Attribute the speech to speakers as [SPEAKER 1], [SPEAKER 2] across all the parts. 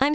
[SPEAKER 1] I'm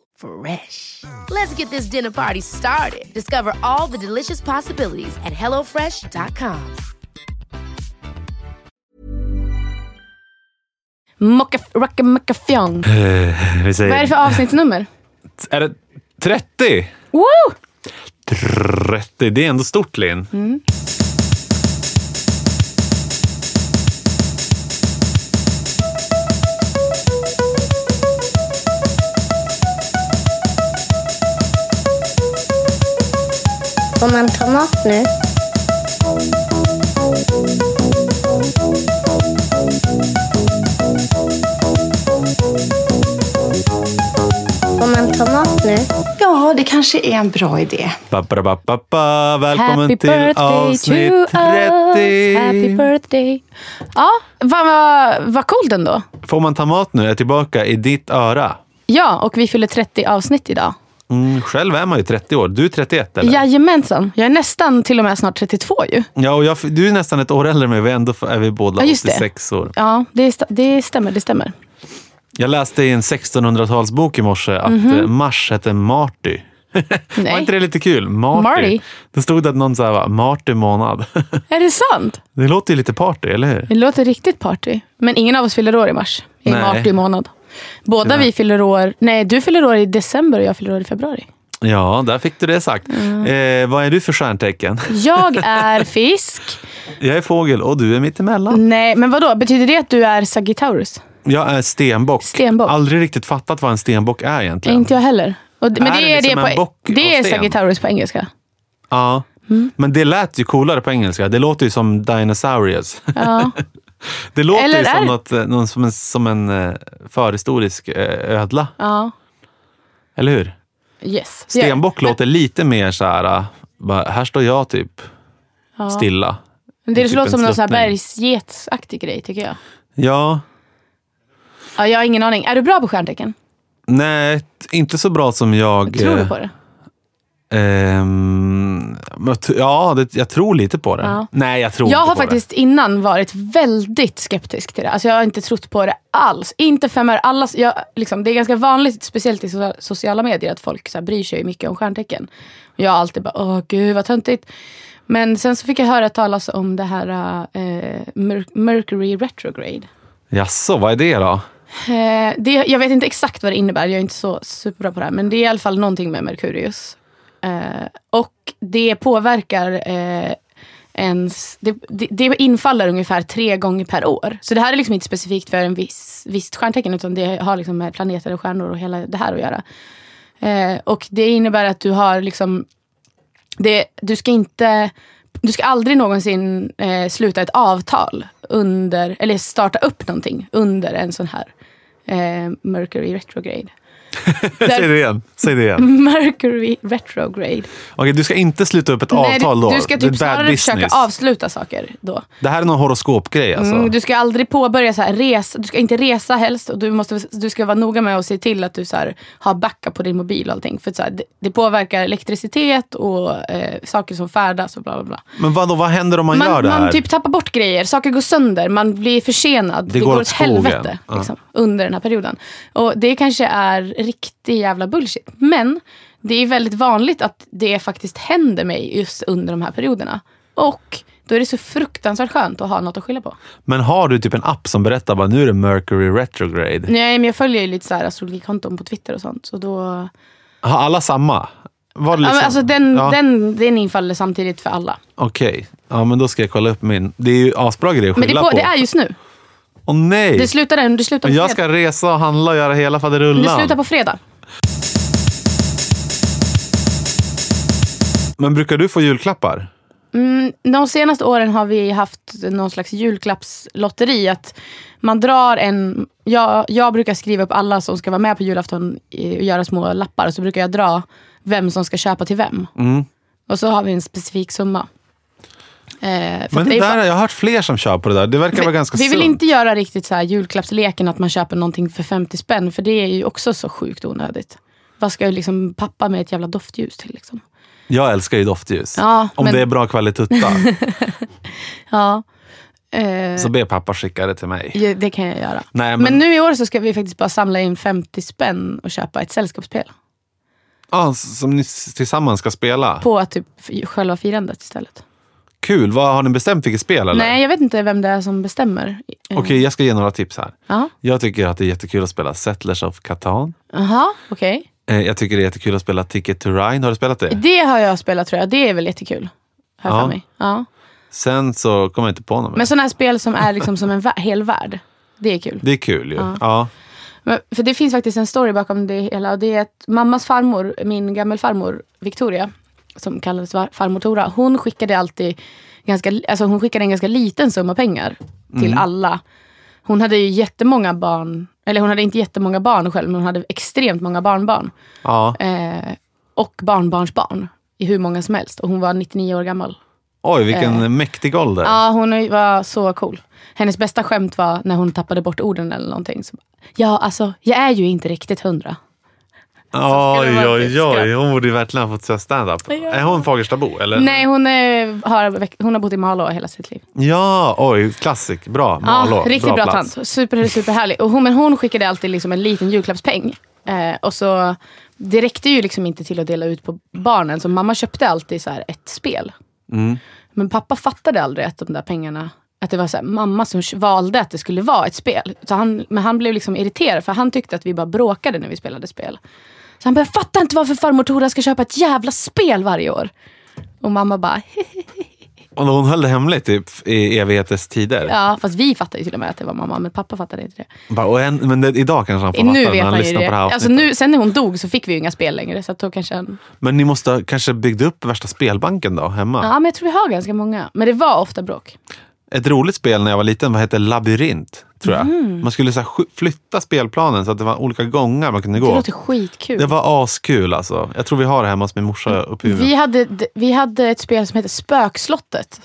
[SPEAKER 2] Fresh. Let's get this dinner party started. Discover all the delicious possibilities at hellofresh.com.
[SPEAKER 3] Mockafjong.
[SPEAKER 4] Vi
[SPEAKER 3] Vad är det
[SPEAKER 4] säger...
[SPEAKER 3] för avsnittsnummer?
[SPEAKER 4] Är det 30?
[SPEAKER 3] Woo!
[SPEAKER 4] 30, det är ändå stort Linn.
[SPEAKER 5] Får man tomat nu? Får man tomat nu?
[SPEAKER 6] Ja, det kanske är en bra idé.
[SPEAKER 4] Ba, ba, ba, ba, ba. Välkommen
[SPEAKER 3] Happy
[SPEAKER 4] till
[SPEAKER 3] birthday
[SPEAKER 4] avsnitt
[SPEAKER 3] to
[SPEAKER 4] 30.
[SPEAKER 3] us. Happy birthday. Ja, fan vad, vad coolt ändå.
[SPEAKER 4] Får man ta mat nu? Är tillbaka i ditt öra.
[SPEAKER 3] Ja, och vi fyller 30 avsnitt idag.
[SPEAKER 4] Mm, själv är man ju 30 år. Du är 31 eller?
[SPEAKER 3] Jajamensan. Jag är nästan till och med snart 32 ju.
[SPEAKER 4] Ja, och jag, du är nästan ett år äldre än mig. Vi är ändå är vi båda
[SPEAKER 3] Ja, just det.
[SPEAKER 4] 86 år.
[SPEAKER 3] Ja, det, st- det stämmer. Det stämmer.
[SPEAKER 4] Jag läste i en 1600-talsbok i morse att eh, Mars hette Marty. Var
[SPEAKER 3] Mhm. Nej.
[SPEAKER 4] inte det lite kul? Marty.
[SPEAKER 3] Marty.
[SPEAKER 4] Det stod att någon sa va, Marty månad.
[SPEAKER 3] Är det sant?
[SPEAKER 4] det låter ju lite party, eller hur?
[SPEAKER 3] Det låter riktigt party. Men ingen av oss fyller år i mars. I
[SPEAKER 4] Nej.
[SPEAKER 3] mars i månad. Båda
[SPEAKER 4] Tyvärr.
[SPEAKER 3] vi fyller år... Nej, du fyller år i december och jag fyller år i februari.
[SPEAKER 4] Ja, där fick du det sagt.
[SPEAKER 3] Mm.
[SPEAKER 4] Eh, vad är du för stjärntecken?
[SPEAKER 3] Jag är fisk.
[SPEAKER 4] Jag är fågel och du är mittemellan.
[SPEAKER 3] Nej, men vad då? Betyder det att du är Sagittarius?
[SPEAKER 4] Jag är stenbock.
[SPEAKER 3] Stenbock.
[SPEAKER 4] Aldrig riktigt fattat vad en stenbock är egentligen.
[SPEAKER 3] Inte jag heller. Och, men
[SPEAKER 4] Är
[SPEAKER 3] det
[SPEAKER 4] det
[SPEAKER 3] är, det,
[SPEAKER 4] liksom en
[SPEAKER 3] på, e-
[SPEAKER 4] bock
[SPEAKER 3] det
[SPEAKER 4] av
[SPEAKER 3] är
[SPEAKER 4] sten?
[SPEAKER 3] Sagittarius på engelska.
[SPEAKER 4] Ja.
[SPEAKER 3] Mm.
[SPEAKER 4] Men det lät ju coolare på engelska. Det låter ju som dinosaurius.
[SPEAKER 3] Ja.
[SPEAKER 4] Det låter
[SPEAKER 3] Eller
[SPEAKER 4] ju
[SPEAKER 3] är-
[SPEAKER 4] som, något, eh, någon, som en, som en eh, förhistorisk eh, ödla.
[SPEAKER 3] ja.
[SPEAKER 4] Eller hur?
[SPEAKER 3] Yes. Det gör jag.
[SPEAKER 4] Stenbock låter lite mer så här, eh, bara, här står jag typ stilla.
[SPEAKER 3] Men det
[SPEAKER 4] typ
[SPEAKER 3] låter som
[SPEAKER 4] en
[SPEAKER 3] någon sån här
[SPEAKER 4] sluttning.
[SPEAKER 3] bergsgetsaktig grej, tycker jag.
[SPEAKER 4] Ja,
[SPEAKER 3] Ja, jag har ingen aning. Är du bra på stjärntecken?
[SPEAKER 4] nej, t- inte så bra som jag.
[SPEAKER 3] Tror du
[SPEAKER 4] eh,
[SPEAKER 3] på det?
[SPEAKER 4] ehm, men t- ja, det, jag tror lite på det.
[SPEAKER 3] Ja.
[SPEAKER 4] Nej, jag tror
[SPEAKER 3] Jag
[SPEAKER 4] inte
[SPEAKER 3] har
[SPEAKER 4] på
[SPEAKER 3] faktiskt innan varit väldigt skeptisk till det. Alltså jag har inte trott på det alls. Inte fem öre. Alla, jag, liksom, det är ganska vanligt, speciellt i so- sociala medier, att folk så här, bryr sig mycket om stjärntecken. Och jag har alltid bara, åh gud vad töntigt. Men sen så fick jag höra talas om det här eh, Mer- Mercury Retrograde.
[SPEAKER 4] det. Jaså, vad är det då?
[SPEAKER 3] Eh, det, jag vet inte exakt vad det innebär, jag är inte så superbra på det här. Men det är i alla fall någonting med Merkurius. Eh, och det påverkar eh, ens... Det, det, det infaller ungefär tre gånger per år. Så det här är liksom inte specifikt för en viss, visst stjärntecken utan det har liksom med planeter och stjärnor och hela det här att göra. Eh, och det innebär att du har liksom... Det, du ska inte... Du ska aldrig någonsin eh, sluta ett avtal under, eller starta upp någonting under en sån här eh, Mercury retrograde.
[SPEAKER 4] Säg
[SPEAKER 3] Där,
[SPEAKER 4] det igen. Säg det
[SPEAKER 3] Mm.
[SPEAKER 4] igen.
[SPEAKER 3] Mercury retrograde.
[SPEAKER 4] Okej, du ska inte sluta upp ett
[SPEAKER 3] Nej,
[SPEAKER 4] avtal
[SPEAKER 3] du,
[SPEAKER 4] då.
[SPEAKER 3] du ska
[SPEAKER 4] Det är
[SPEAKER 3] typ
[SPEAKER 4] bad
[SPEAKER 3] snarare försöka
[SPEAKER 4] business.
[SPEAKER 3] avsluta saker då.
[SPEAKER 4] Det här är någon horoskopgrej alltså.
[SPEAKER 3] Mm, du ska aldrig påbörja så här resa, du ska inte resa helst och du, måste, du ska vara noga med att se till att du så här, har backup på din mobil och allting. För så här, det, det påverkar elektricitet och eh, saker som färdas och bla bla bla.
[SPEAKER 4] Men vad, vad händer om man, gör det här?
[SPEAKER 3] typ tappar bort grejer, saker går sönder, man blir försenad. Det,
[SPEAKER 4] går
[SPEAKER 3] går
[SPEAKER 4] åt
[SPEAKER 3] åt
[SPEAKER 4] skogen.
[SPEAKER 3] helvete
[SPEAKER 4] Ja.
[SPEAKER 3] liksom, under den här perioden. Och Det kanske är riktig jävla bullshit. Men det är väldigt vanligt att det faktiskt händer mig just under de här perioderna. Och då är det så fruktansvärt skönt att ha något att skylla på.
[SPEAKER 4] Men har du typ en app som berättar bara nu är det Mercury retrograde?
[SPEAKER 3] Nej, men jag följer ju lite så här astrologikonton på Twitter och sånt. Så då...
[SPEAKER 4] Har alla samma? Var det
[SPEAKER 3] Ja,
[SPEAKER 4] liksom,
[SPEAKER 3] men alltså den,
[SPEAKER 4] ja,
[SPEAKER 3] den, den infaller samtidigt för alla.
[SPEAKER 4] Okej, ja, men då ska jag kolla upp min. Det är ju asbra grej att
[SPEAKER 3] Men det,
[SPEAKER 4] skylla
[SPEAKER 3] på,
[SPEAKER 4] på.
[SPEAKER 3] det är just nu.
[SPEAKER 4] Åh nej!
[SPEAKER 3] Det slutar, den, det slutar,
[SPEAKER 4] men
[SPEAKER 3] på,
[SPEAKER 4] jag
[SPEAKER 3] fredag.
[SPEAKER 4] ska resa och handla och göra hela
[SPEAKER 3] det
[SPEAKER 4] faderullan.
[SPEAKER 3] slutar på fredag.
[SPEAKER 4] Men brukar du få julklappar?
[SPEAKER 3] De senaste åren har vi haft någon slags julklappslotteri. Att man drar en, jag, jag brukar skriva upp alla som ska vara med på julafton i- och göra små lappar. Och så brukar jag dra vem som ska köpa till vem.
[SPEAKER 4] Mm.
[SPEAKER 3] Och så har vi en specifik summa. Eh, för
[SPEAKER 4] Men
[SPEAKER 3] att
[SPEAKER 4] det
[SPEAKER 3] är ju
[SPEAKER 4] där,
[SPEAKER 3] bara-
[SPEAKER 4] jag har hört fler som kör på det där. Det verkar vara ganska
[SPEAKER 3] vi vill
[SPEAKER 4] sunt.
[SPEAKER 3] inte göra riktigt så här julklappsleken att man köper någonting för 50 spänn. För det är ju också så sjukt onödigt. Vad ska ju liksom pappa med ett jävla doftljus till? Liksom?
[SPEAKER 4] Jag älskar ju doftljus.
[SPEAKER 3] Ja,
[SPEAKER 4] Om
[SPEAKER 3] men-
[SPEAKER 4] det är bra kvalitutta
[SPEAKER 3] Ja. Eh,
[SPEAKER 4] så be pappa skicka det till mig.
[SPEAKER 3] Ja, det kan jag göra.
[SPEAKER 4] Nej, men-
[SPEAKER 3] men... nu i år så ska vi faktiskt bara samla in 50 spänn och köpa ett sällskapsspel.
[SPEAKER 4] Ja, som ni s- tillsammans ska spela.
[SPEAKER 3] På typ f- själva firandet istället.
[SPEAKER 4] Kul! Vad Har ni bestämt vilket spel? Eller?
[SPEAKER 3] Nej, jag vet inte vem det är som bestämmer. Eh,
[SPEAKER 4] Okej, jag ska ge några tips här.
[SPEAKER 3] Ja.
[SPEAKER 4] Jag tycker att det är jättekul att spela Settlers of Catan.
[SPEAKER 3] Jaha, okej.
[SPEAKER 4] Eh, Jag tycker det är jättekul att spela Ticket to Ride. Har du spelat det?
[SPEAKER 3] Det har jag spelat tror jag. Det är väl jättekul. Hör
[SPEAKER 4] Ja.
[SPEAKER 3] för mig. Ja.
[SPEAKER 4] Sen så kommer jag inte på något mer.
[SPEAKER 3] Men sådana här spel som är liksom som en vä- hel värld. Det är kul.
[SPEAKER 4] Det är kul ju. Ja.
[SPEAKER 3] Men, för det finns faktiskt en story bakom det hela. Och det är att mammas farmor, min gammelfarmor Victoria, som kallades var- farmor Tora, hon skickade alltid ganska, alltså hon skickade en ganska liten summa pengar till alla. Hon hade ju jättemånga barn, eller hon hade inte jättemånga barn själv, men hon hade extremt många barnbarn.
[SPEAKER 4] Ja.
[SPEAKER 3] Eh, och barnbarnsbarn, i hur många som helst. Och hon var 99 år gammal.
[SPEAKER 4] Oj, vilken mäktig ålder.
[SPEAKER 3] eh. Ja, hon var så cool. Hennes bästa skämt var när hon tappade bort orden eller någonting. Så, ja, alltså, jag är ju inte riktigt hundra. skulle
[SPEAKER 4] Oj,
[SPEAKER 3] vara
[SPEAKER 4] oj,
[SPEAKER 3] tyska.
[SPEAKER 4] oj. Hon borde ju verkligen ha fått köra stand-up. Är hon Fagerstabo? Eller?
[SPEAKER 3] Nej, hon, eh, har, hon har bott i Malå hela sitt liv.
[SPEAKER 4] Ja, oj. Klassik. Bra. Malå.
[SPEAKER 3] ja, riktigt bra,
[SPEAKER 4] plats.
[SPEAKER 3] tant. Super, superhärlig. Och hon, men hon skickade alltid liksom en liten julklappspeng. Eh, och så, det räckte ju liksom inte till att dela ut på barnen, så mamma köpte alltid så här ett spel.
[SPEAKER 4] Mm.
[SPEAKER 3] Men pappa fattade aldrig att de där pengarna att det var så här, mamma som valde att det skulle vara ett spel. Så han, men han blev liksom irriterad för han tyckte att vi bara bråkade när vi spelade spel. Så han bara, jag fattar inte varför farmor Tora ska köpa ett jävla spel varje år. Och mamma bara,
[SPEAKER 4] Och hon höll det hemligt i, i evigheters tider.
[SPEAKER 3] Ja, fast vi fattade ju till och med att det var mamma, men pappa fattade inte det.
[SPEAKER 4] Bara, och en, men det, idag kanske han får
[SPEAKER 3] nu
[SPEAKER 4] fatta när
[SPEAKER 3] vet
[SPEAKER 4] han
[SPEAKER 3] han ju
[SPEAKER 4] lyssnar
[SPEAKER 3] det.
[SPEAKER 4] på det här
[SPEAKER 3] Alltså
[SPEAKER 4] avsnittet.
[SPEAKER 3] nu, sen när hon dog så fick vi ju inga spel längre, så att då kanske han...
[SPEAKER 4] Men ni måste ha kanske byggt upp värsta spelbanken då, hemma?
[SPEAKER 3] Ja, men jag tror vi har ganska många. Men det var ofta bråk.
[SPEAKER 4] Ett roligt spel när jag var liten vad hette Labyrint, tror jag.
[SPEAKER 3] Mm.
[SPEAKER 4] Man skulle så här, sk- flytta spelplanen så att det var olika gångar man kunde
[SPEAKER 3] Det
[SPEAKER 4] gå.
[SPEAKER 3] låter skitkul.
[SPEAKER 4] Det var askul alltså. Jag tror vi har det hemma hos min morsa uppe i
[SPEAKER 3] Mm. vi,
[SPEAKER 4] huvudet.
[SPEAKER 3] hade, d- vi hade ett spel som hette Spökslottet.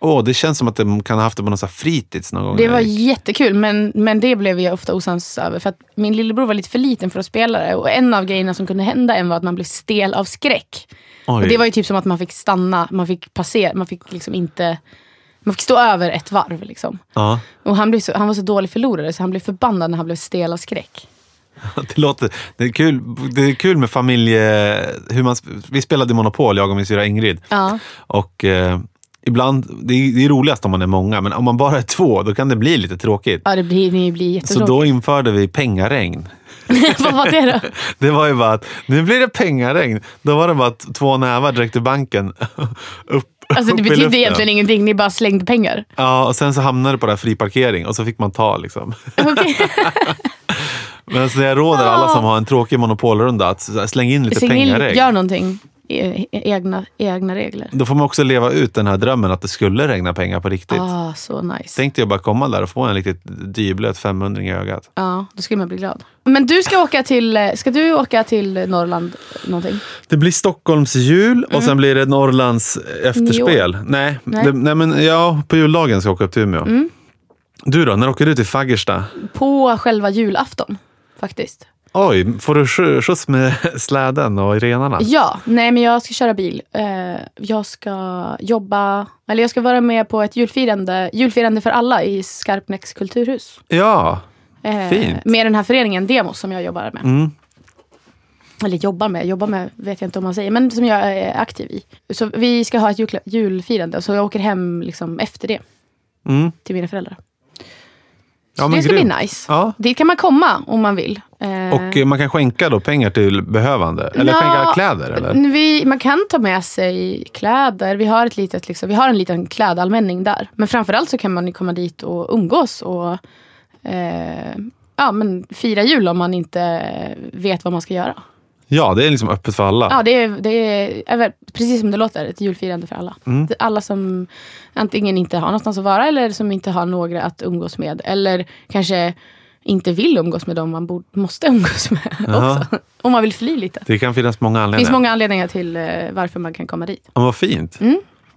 [SPEAKER 4] Åh, det känns som att de kan ha haft det på någon så här fritids någon gång.
[SPEAKER 3] Det
[SPEAKER 4] när
[SPEAKER 3] var
[SPEAKER 4] jag gick.
[SPEAKER 3] jättekul, men, men det blev vi ofta osams över. För att min lillebror var lite för liten för att spela det. Och en av grejerna som kunde hända en var att man blev stel av skräck.
[SPEAKER 4] Oj.
[SPEAKER 3] Och det var ju typ som att man fick stanna, man fick passera, man fick liksom inte... Man fick stå över ett varv liksom.
[SPEAKER 4] Ja,
[SPEAKER 3] Och han, blev så, han var så dålig förlorare så han blev förbannad när han blev stel av skräck.
[SPEAKER 4] det låter... Det är kul, det är kul med familje... Hur man, sp- vi spelade Monopol, jag och min syrra Ingrid.
[SPEAKER 3] Ja.
[SPEAKER 4] Och eh, ibland... Det är, det är roligast om man är många, men om man bara är två, då kan det bli lite tråkigt.
[SPEAKER 3] Ja, det blir, det blir
[SPEAKER 4] Så
[SPEAKER 3] jättetråkigt.
[SPEAKER 4] då införde vi pengaregn.
[SPEAKER 3] Vad var det då?
[SPEAKER 4] Det var ju bara att nu blir det pengaregn. Då var det bara att två nävar direkt ur banken. upp,
[SPEAKER 3] Alltså,
[SPEAKER 4] upp
[SPEAKER 3] det
[SPEAKER 4] i
[SPEAKER 3] betydde
[SPEAKER 4] luften.
[SPEAKER 3] egentligen ingenting, ni bara slängde pengar.
[SPEAKER 4] Ja, och sen så hamnade det på det här fri parkering och så fick man ta liksom.
[SPEAKER 3] Okej.
[SPEAKER 4] Men så jag råder alla som har en tråkig monopolrunda att så här, släng in lite
[SPEAKER 3] Släng in,
[SPEAKER 4] pengaregn.
[SPEAKER 3] gör någonting. E- e- Egna, egna regler.
[SPEAKER 4] Då får man också leva ut den här drömmen att det skulle regna pengar på riktigt.
[SPEAKER 3] Ah, så nice.
[SPEAKER 4] Tänkte jag bara komma där och få en riktigt dyblöt 500 i ögat.
[SPEAKER 3] Ja, då skulle man bli glad. Men du ska åka till, eh, ska du åka till Norrland eh, någonting?
[SPEAKER 4] Det blir Stockholms jul och sen blir det Norrlands efterspel. Nej, nej.
[SPEAKER 3] Mm. Nej. Mm.
[SPEAKER 4] Det, nej men ja, på juldagen ska jag åka upp till Umeå. Du då, när åker du till Fagersta?
[SPEAKER 3] På själva julafton, faktiskt.
[SPEAKER 4] Oj, får du skj- skjuts med släden och i renarna?
[SPEAKER 3] Ja, nej men jag ska köra bil. Eh, jag ska jobba, eller jag ska vara med på ett julfirande, julfirande för alla i Skarpnäcks kulturhus.
[SPEAKER 4] Ja,
[SPEAKER 3] Eh,
[SPEAKER 4] Fint.
[SPEAKER 3] Med den här föreningen Demos som jag jobbar med.
[SPEAKER 4] Mm.
[SPEAKER 3] Eller jobbar med, jobbar med vet jag inte om man säger, men som jag är aktiv i. Så vi ska ha ett julkla- julfirande, så jag åker hem liksom efter det.
[SPEAKER 4] Mm.
[SPEAKER 3] Till mina föräldrar.
[SPEAKER 4] ja
[SPEAKER 3] Så
[SPEAKER 4] men
[SPEAKER 3] det ska
[SPEAKER 4] grymt.
[SPEAKER 3] bli nice.
[SPEAKER 4] Ja.
[SPEAKER 3] Dit kan man komma om man vill. Eh,
[SPEAKER 4] Och eh, man kan skänka då pengar till behövande? Eller
[SPEAKER 3] Ja, Mm.
[SPEAKER 4] skänka kläder? Eller?
[SPEAKER 3] Vi, man kan ta med sig kläder. Vi har, ett litet, liksom, vi har en liten klädallmänning där. Men framförallt så kan man ju komma dit och umgås och eh, ja, men fira jul om man inte vet vad man ska göra.
[SPEAKER 4] Ja, det är liksom öppet för alla.
[SPEAKER 3] Ja, det är, det är, är väl precis som det låter, ett julfirande för alla.
[SPEAKER 4] Mm.
[SPEAKER 3] Det är Alla som antingen inte har någonstans att vara eller som inte har några att umgås med. Eller kanske inte vill umgås med dem man borde, måste umgås med
[SPEAKER 4] Jaha.
[SPEAKER 3] också. Om man vill fly lite.
[SPEAKER 4] Det kan finnas många
[SPEAKER 3] Det finns
[SPEAKER 4] anledningar.
[SPEAKER 3] många anledningar till eh, varför man kan komma dit.
[SPEAKER 4] Ja, vad fint.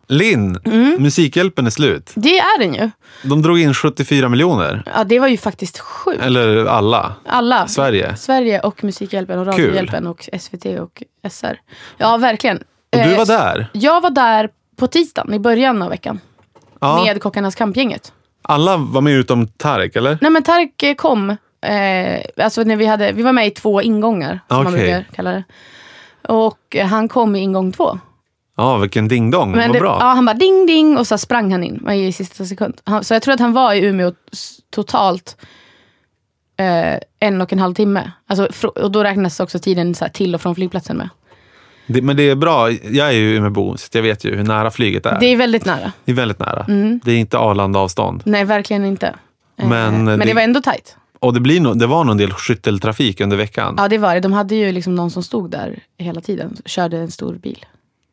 [SPEAKER 4] Linn, Musikhjälpen är slut.
[SPEAKER 3] Det är den ju.
[SPEAKER 4] De drog in 74 miljoner.
[SPEAKER 3] Ja, det var ju faktiskt sjukt.
[SPEAKER 4] Eller alla.
[SPEAKER 3] Alla.
[SPEAKER 4] Sverige.
[SPEAKER 3] Sverige och Musikhjälpen och Radiohjälpen och SVT och SR. Ja, verkligen.
[SPEAKER 4] Och du
[SPEAKER 3] Eh,
[SPEAKER 4] var där.
[SPEAKER 3] Jag var där på tisdagen i början av veckan.
[SPEAKER 4] Ja.
[SPEAKER 3] Med Kockarnas kampgänget.
[SPEAKER 4] Alla var med utom Tarek, eller?
[SPEAKER 3] Nej men Tark eh, kom. Eh, alltså när vi, hade, vi var med i två ingångar, som man
[SPEAKER 4] Okej.
[SPEAKER 3] brukar kalla det. Och eh, han kom i ingång två.
[SPEAKER 4] Ja, vilken ding-dong. Vad
[SPEAKER 3] det,
[SPEAKER 4] bra.
[SPEAKER 3] Ja, han bara ding ding och så sprang han in men i sista sekund. Han, så jag tror att han var i Umeå s- totalt eh, en och en halv timme. Alltså, fr- och då räknas också tiden så här, till och från flygplatsen med.
[SPEAKER 4] Det, men det är bra. Jag är ju Umeåbo, så jag vet ju hur nära flyget är.
[SPEAKER 3] Det Mm.
[SPEAKER 4] Det,
[SPEAKER 3] är väldigt nära.
[SPEAKER 4] är väldigt nära. Det är inte Arlanda-avstånd.
[SPEAKER 3] Nej, verkligen inte. Eh,
[SPEAKER 4] Men, eh,
[SPEAKER 3] men det,
[SPEAKER 4] det-
[SPEAKER 3] var ändå tajt.
[SPEAKER 4] Och det, blir nog- det var nog en del skytteltrafik under veckan.
[SPEAKER 3] Ja, det var det. De hade ju liksom någon som stod där hela tiden. Körde en stor bil.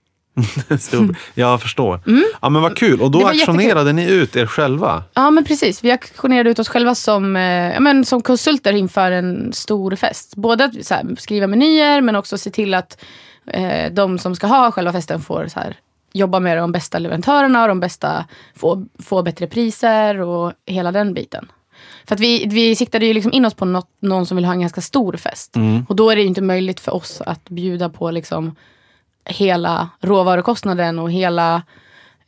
[SPEAKER 4] Stor, jag förstår. Ja, men vad kul. Och
[SPEAKER 3] Mm. Det
[SPEAKER 4] då
[SPEAKER 3] var jättekul.
[SPEAKER 4] auktionerade ni ut er själva.
[SPEAKER 3] Ja, men precis. Vi auktionerade ut oss själva som, eh, ja, men som konsulter inför en stor fest. Både att så här, skriva menyer, men också se till att eh, de som ska ha själva festen får så här, jobba med de bästa leverantörerna, och de bästa, få, få bättre priser och hela den biten. För att vi, vi siktade ju liksom in oss på något, någon som vill ha en ganska stor fest. Och då är det ju inte möjligt för oss att bjuda på liksom hela råvarukostnaden och hela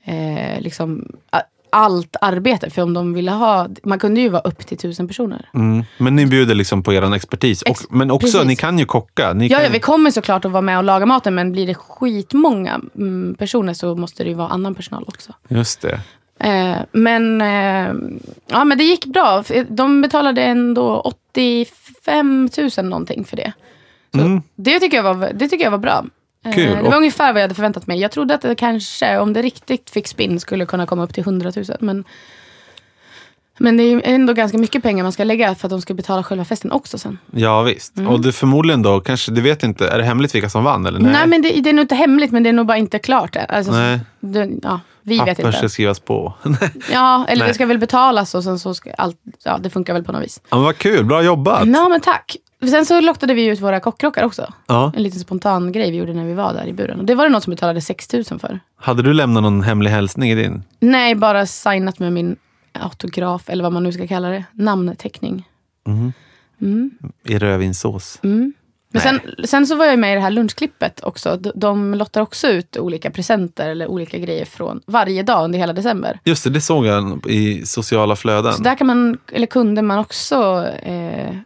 [SPEAKER 3] eh, liksom, a- allt arbete. För om de ville ha, man kunde ju vara upp till tusen personer.
[SPEAKER 4] Mm. Men ni bjuder liksom på er expertis.
[SPEAKER 3] Ex-
[SPEAKER 4] och, men också,
[SPEAKER 3] precis.
[SPEAKER 4] ni kan ju kocka. Ni
[SPEAKER 3] Ja,
[SPEAKER 4] kan,
[SPEAKER 3] ja, vi kommer såklart att vara med och laga maten men blir det skitmånga mm, personer så måste det ju vara annan personal också.
[SPEAKER 4] Just det.
[SPEAKER 3] Eh, men, eh, ja, men det gick bra. För De betalade ändå 85 000 någonting för det. Så det, tycker jag var, det tycker jag var bra. Eh,
[SPEAKER 4] Mm. Kul.
[SPEAKER 3] Det var
[SPEAKER 4] Och-
[SPEAKER 3] ungefär vad jag hade förväntat mig. Jag trodde att det kanske, om det riktigt fick spinn, skulle kunna komma upp till 100 000. Men, men det är ju ändå ganska mycket pengar man ska lägga för att de ska betala själva festen också sen.
[SPEAKER 4] Ja, visst.
[SPEAKER 3] Mm.
[SPEAKER 4] Och det förmodligen då, kanske, du vet inte, är det hemligt vilka som vann? Eller?
[SPEAKER 3] Nej, men det, det är nog inte hemligt, men det är nog bara inte klart än. Alltså,
[SPEAKER 4] Nej.
[SPEAKER 3] så- det, ja, vi vet
[SPEAKER 4] Papper
[SPEAKER 3] inte.
[SPEAKER 4] ska skrivas på.
[SPEAKER 3] Ja, eller
[SPEAKER 4] Nej.
[SPEAKER 3] det ska väl betalas och sen så ska allt, ja det funkar väl på något vis.
[SPEAKER 4] ja, men vad kul, bra jobbat.
[SPEAKER 3] Ja, men tack. Sen så lottade vi ut våra kockrockar också.
[SPEAKER 4] Ja.
[SPEAKER 3] En liten spontan grej vi gjorde när vi var där i buren. Och det var det någon som betalade 6 000 för.
[SPEAKER 4] Hade du lämnat någon hemlig hälsning i din?
[SPEAKER 3] Nej, bara signat med min autograf, eller vad man nu ska kalla det. Namnteckning.
[SPEAKER 4] I rödvinssås?
[SPEAKER 3] Mm. Men sen, sen så var jag med i det här lunchklippet också. De, de lottar också ut olika presenter eller olika grejer från varje dag under hela december.
[SPEAKER 4] Just det, det såg jag i sociala flöden.
[SPEAKER 3] Så där kan man, eller kunde man också eh, eh,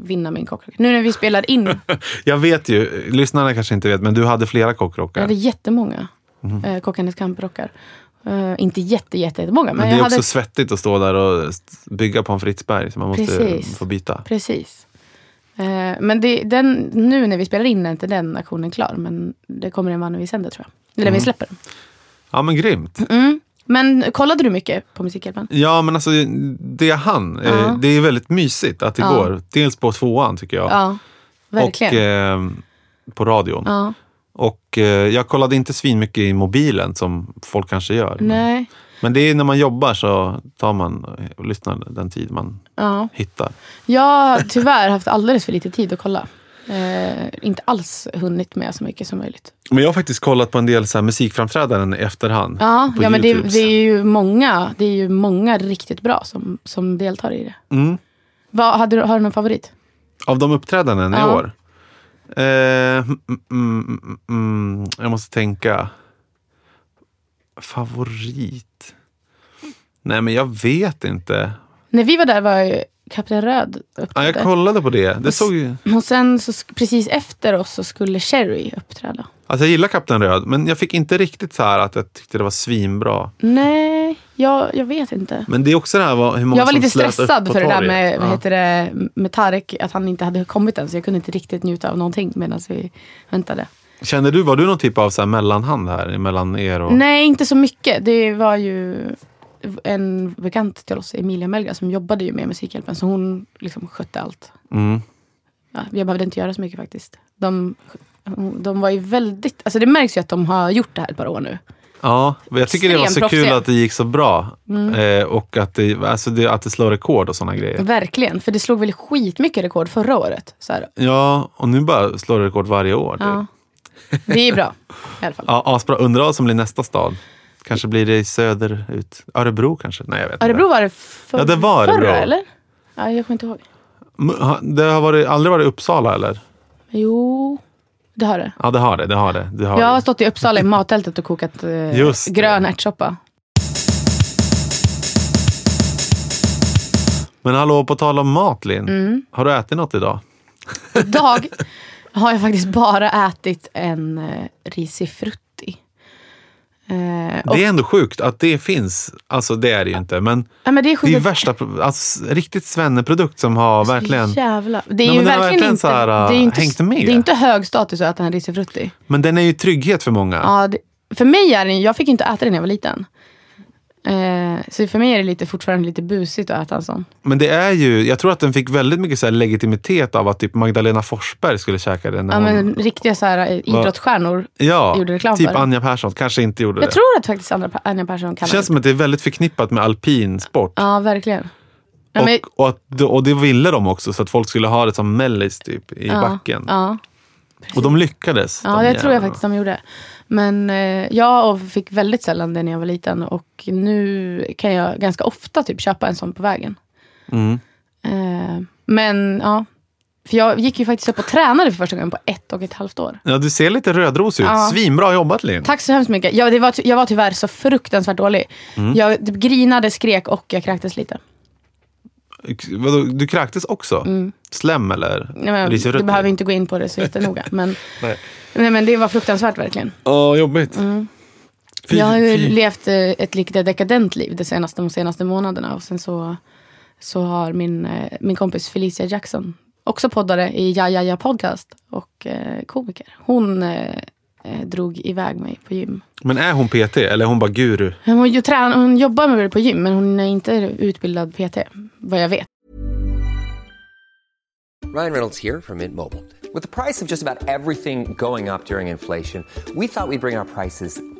[SPEAKER 3] vinna min kockrock. Nu när vi spelar in
[SPEAKER 4] Jag vet ju, lyssnarna kanske inte vet, men du hade flera kockrockar.
[SPEAKER 3] Jag hade jättemånga
[SPEAKER 4] Mhm.
[SPEAKER 3] eh, Kockarnas kamprockar. Eh, inte jätte, jätte, jättemånga, men,
[SPEAKER 4] Men det är
[SPEAKER 3] jag
[SPEAKER 4] också
[SPEAKER 3] hade...
[SPEAKER 4] svettigt att stå där och st- bygga på en Fritzberg, så man måste
[SPEAKER 3] Precis.
[SPEAKER 4] få byta.
[SPEAKER 3] Precis. Eh, men det, den, nu när vi spelar in är inte den aktionen klar, men det kommer den vara när vi sänder tror jag.
[SPEAKER 4] Mm.
[SPEAKER 3] Eller när vi släpper den.
[SPEAKER 4] Ja, men grymt.
[SPEAKER 3] Men kollade du mycket på Musikhjälpen?
[SPEAKER 4] Ja, men alltså det är han. eh,
[SPEAKER 3] Ja.
[SPEAKER 4] Det är väldigt mysigt att det
[SPEAKER 3] Ja.
[SPEAKER 4] går. Dels på tvåan, tycker jag.
[SPEAKER 3] Ja, verkligen.
[SPEAKER 4] Och eh, på radion.
[SPEAKER 3] ja.
[SPEAKER 4] Och eh, jag kollade inte svinmycket i mobilen, som folk kanske gör.
[SPEAKER 3] Nej.
[SPEAKER 4] Men det är när man jobbar så tar man och lyssnar den tid man
[SPEAKER 3] Ja.
[SPEAKER 4] hittar.
[SPEAKER 3] Jag har tyvärr haft alldeles för lite tid att kolla. Eh, inte alls hunnit med så mycket som möjligt.
[SPEAKER 4] Men jag har faktiskt kollat på en del så här musikframträdanden i efterhand.
[SPEAKER 3] Ja,
[SPEAKER 4] på
[SPEAKER 3] ja men det,
[SPEAKER 4] YouTube.
[SPEAKER 3] det är ju många, det är ju många riktigt bra som, som deltar i det.
[SPEAKER 4] Mm.
[SPEAKER 3] Vad, hade du, har du någon favorit?
[SPEAKER 4] Av de uppträdanden i
[SPEAKER 3] Ja.
[SPEAKER 4] år? Eh, mm, mm, mm, mm, jag måste tänka. Favorit? Nej, men jag vet inte.
[SPEAKER 3] När vi var där var ju Kapten Röd
[SPEAKER 4] Ja,
[SPEAKER 3] uppträdde.
[SPEAKER 4] jag kollade på det. det såg, ju-
[SPEAKER 3] och sen så, sk- precis efter oss så skulle Cherry uppträda.
[SPEAKER 4] alltså jag gillar Kapten Röd, men jag fick inte riktigt så här att jag tyckte det var svinbra.
[SPEAKER 3] Nej, Jag, jag vet inte.
[SPEAKER 4] Men det är också det här vad- hur många
[SPEAKER 3] Jag var
[SPEAKER 4] som
[SPEAKER 3] lite
[SPEAKER 4] slöt upp
[SPEAKER 3] stressad
[SPEAKER 4] på
[SPEAKER 3] för det där
[SPEAKER 4] torget.
[SPEAKER 3] med, vad
[SPEAKER 4] Ja.
[SPEAKER 3] heter det, med Tarek, att han inte hade kommit än. Så jag kunde inte riktigt njuta av någonting medan vi väntade.
[SPEAKER 4] Känner du, var du någon typ av så här mellanhand här mellan er och...
[SPEAKER 3] Nej, inte så mycket. Det var ju en bekant till oss, Emilia Melga, som jobbade ju med Musikhjälpen. Så hon liksom skötte allt.
[SPEAKER 4] Mm.
[SPEAKER 3] Ja, jag behövde inte göra så mycket faktiskt. De, de var ju väldigt... Alltså det märks ju att de har gjort det här ett par år nu.
[SPEAKER 4] Ja, men jag tycker det var så
[SPEAKER 3] Extremt
[SPEAKER 4] kul
[SPEAKER 3] proffsiga.
[SPEAKER 4] att det gick så bra.
[SPEAKER 3] Mm.
[SPEAKER 4] Eh, och att det, alltså det, att det slår rekord och sådana grejer.
[SPEAKER 3] Verkligen. För det slog väl skitmycket rekord förra året. Så här.
[SPEAKER 4] Ja, och nu bara slår det rekord varje år. typ.
[SPEAKER 3] Ja. Det är bra i alla fall.
[SPEAKER 4] Ja, asbra. Undrar vad som blir nästa stad. Kanske blir det söderut. Örebro kanske? Nej, jag vet
[SPEAKER 3] Örebro
[SPEAKER 4] inte.
[SPEAKER 3] var det för,
[SPEAKER 4] Ja, det var
[SPEAKER 3] förra,
[SPEAKER 4] Örebro.
[SPEAKER 3] eller? Ja, jag kommer inte ihåg.
[SPEAKER 4] M- ha- Det har varit, aldrig varit Uppsala eller?
[SPEAKER 3] Jo, det har det.
[SPEAKER 4] Ja, det har det. det, har det, det har
[SPEAKER 3] Jag har
[SPEAKER 4] det.
[SPEAKER 3] stått i Uppsala i mattältet och kokat eh,
[SPEAKER 4] Just det.
[SPEAKER 3] grön ärtsoppa.
[SPEAKER 4] Men hallå, på tal om mat Linn.
[SPEAKER 3] Mm.
[SPEAKER 4] Har du ätit något idag?
[SPEAKER 3] Idag har jag faktiskt bara ätit en eh, risifrutti. Eh, och,
[SPEAKER 4] Det är ändå sjukt att det finns. Alltså det är det ju inte. Men
[SPEAKER 3] ja, men det är sjukt
[SPEAKER 4] det är
[SPEAKER 3] att-
[SPEAKER 4] värsta, pro- alltså, riktigt svenneprodukt som har
[SPEAKER 3] Alltså,
[SPEAKER 4] verkligen...
[SPEAKER 3] Jävlar. Det är
[SPEAKER 4] Nej,
[SPEAKER 3] ju
[SPEAKER 4] men den har
[SPEAKER 3] verkligen,
[SPEAKER 4] verkligen
[SPEAKER 3] inte,
[SPEAKER 4] så här,
[SPEAKER 3] det är ju inte,
[SPEAKER 4] hängt med.
[SPEAKER 3] Det är inte hög status att äta en risifrutti.
[SPEAKER 4] Men den är ju trygghet för många.
[SPEAKER 3] Ja, det, för mig är den, jag fick inte äta den när jag var liten. Eh, så för mig är det lite, fortfarande lite busigt att äta en sån.
[SPEAKER 4] Men det är ju, jag tror att den fick väldigt mycket så här legitimitet av att typ Magdalena Forsberg skulle käka den. När
[SPEAKER 3] Ja,
[SPEAKER 4] hon,
[SPEAKER 3] men riktiga så här, eh, idrottsstjärnor.
[SPEAKER 4] ja
[SPEAKER 3] gjorde reklam
[SPEAKER 4] typ
[SPEAKER 3] för den.
[SPEAKER 4] Anja Persson kanske inte gjorde
[SPEAKER 3] Jag
[SPEAKER 4] det.
[SPEAKER 3] tror att faktiskt Anna- Anja Persson
[SPEAKER 4] det
[SPEAKER 3] kan
[SPEAKER 4] Eh. känns
[SPEAKER 3] det.
[SPEAKER 4] som att det är väldigt förknippat med alpin sport.
[SPEAKER 3] Ja, verkligen. Ja, men-
[SPEAKER 4] och, och, att, och det ville de också, så att folk skulle ha det som mellis typ, i backen.
[SPEAKER 3] ja.
[SPEAKER 4] Och de lyckades.
[SPEAKER 3] Ja,
[SPEAKER 4] de
[SPEAKER 3] det tror jag
[SPEAKER 4] jävlarna.
[SPEAKER 3] faktiskt de gjorde. Men eh, jag och fick väldigt sällan det när jag var liten. Och nu kan jag ganska ofta typ köpa en sån på vägen.
[SPEAKER 4] Mm.
[SPEAKER 3] Eh, men ja. För jag gick ju faktiskt upp och tränade för första gången på ett och ett halvt år.
[SPEAKER 4] Ja, du ser lite rödros ut.
[SPEAKER 3] Ja.
[SPEAKER 4] Svinbra jobbat Linn.
[SPEAKER 3] Tack så hemskt mycket. Jag, det var, ty- jag var tyvärr så fruktansvärt dålig.
[SPEAKER 4] Mm.
[SPEAKER 3] Jag typ grinade, skrek och jag kräktes lite.
[SPEAKER 4] Vadå, Du kräktes också?
[SPEAKER 3] Mm.
[SPEAKER 4] Slem eller
[SPEAKER 3] Nej, men,
[SPEAKER 4] risirötter?
[SPEAKER 3] du behöver inte gå in på det så jättenoga. Men,
[SPEAKER 4] Nej.
[SPEAKER 3] nej, men det var fruktansvärt verkligen.
[SPEAKER 4] Ja, jobbigt. Fy-
[SPEAKER 3] Mm. jag har ju
[SPEAKER 4] fy-
[SPEAKER 3] levt eh, ett lite dekadent liv de senaste, de senaste månaderna. Och sen så, så har min, eh, min kompis Felicia Jackson, också poddare i Ja Ja Ja Podcast och eh, komiker. Hon eh, eh, drog iväg mig på gym.
[SPEAKER 4] Men är hon PT eller är hon bara guru?
[SPEAKER 3] Men Hon, ju trän- hon jobbar med det på gym men hon är inte utbildad PT, vad jag vet.
[SPEAKER 7] Ryan Reynolds here from Mint Mobile. With the price of just about everything going up during inflation, we thought we'd bring our prices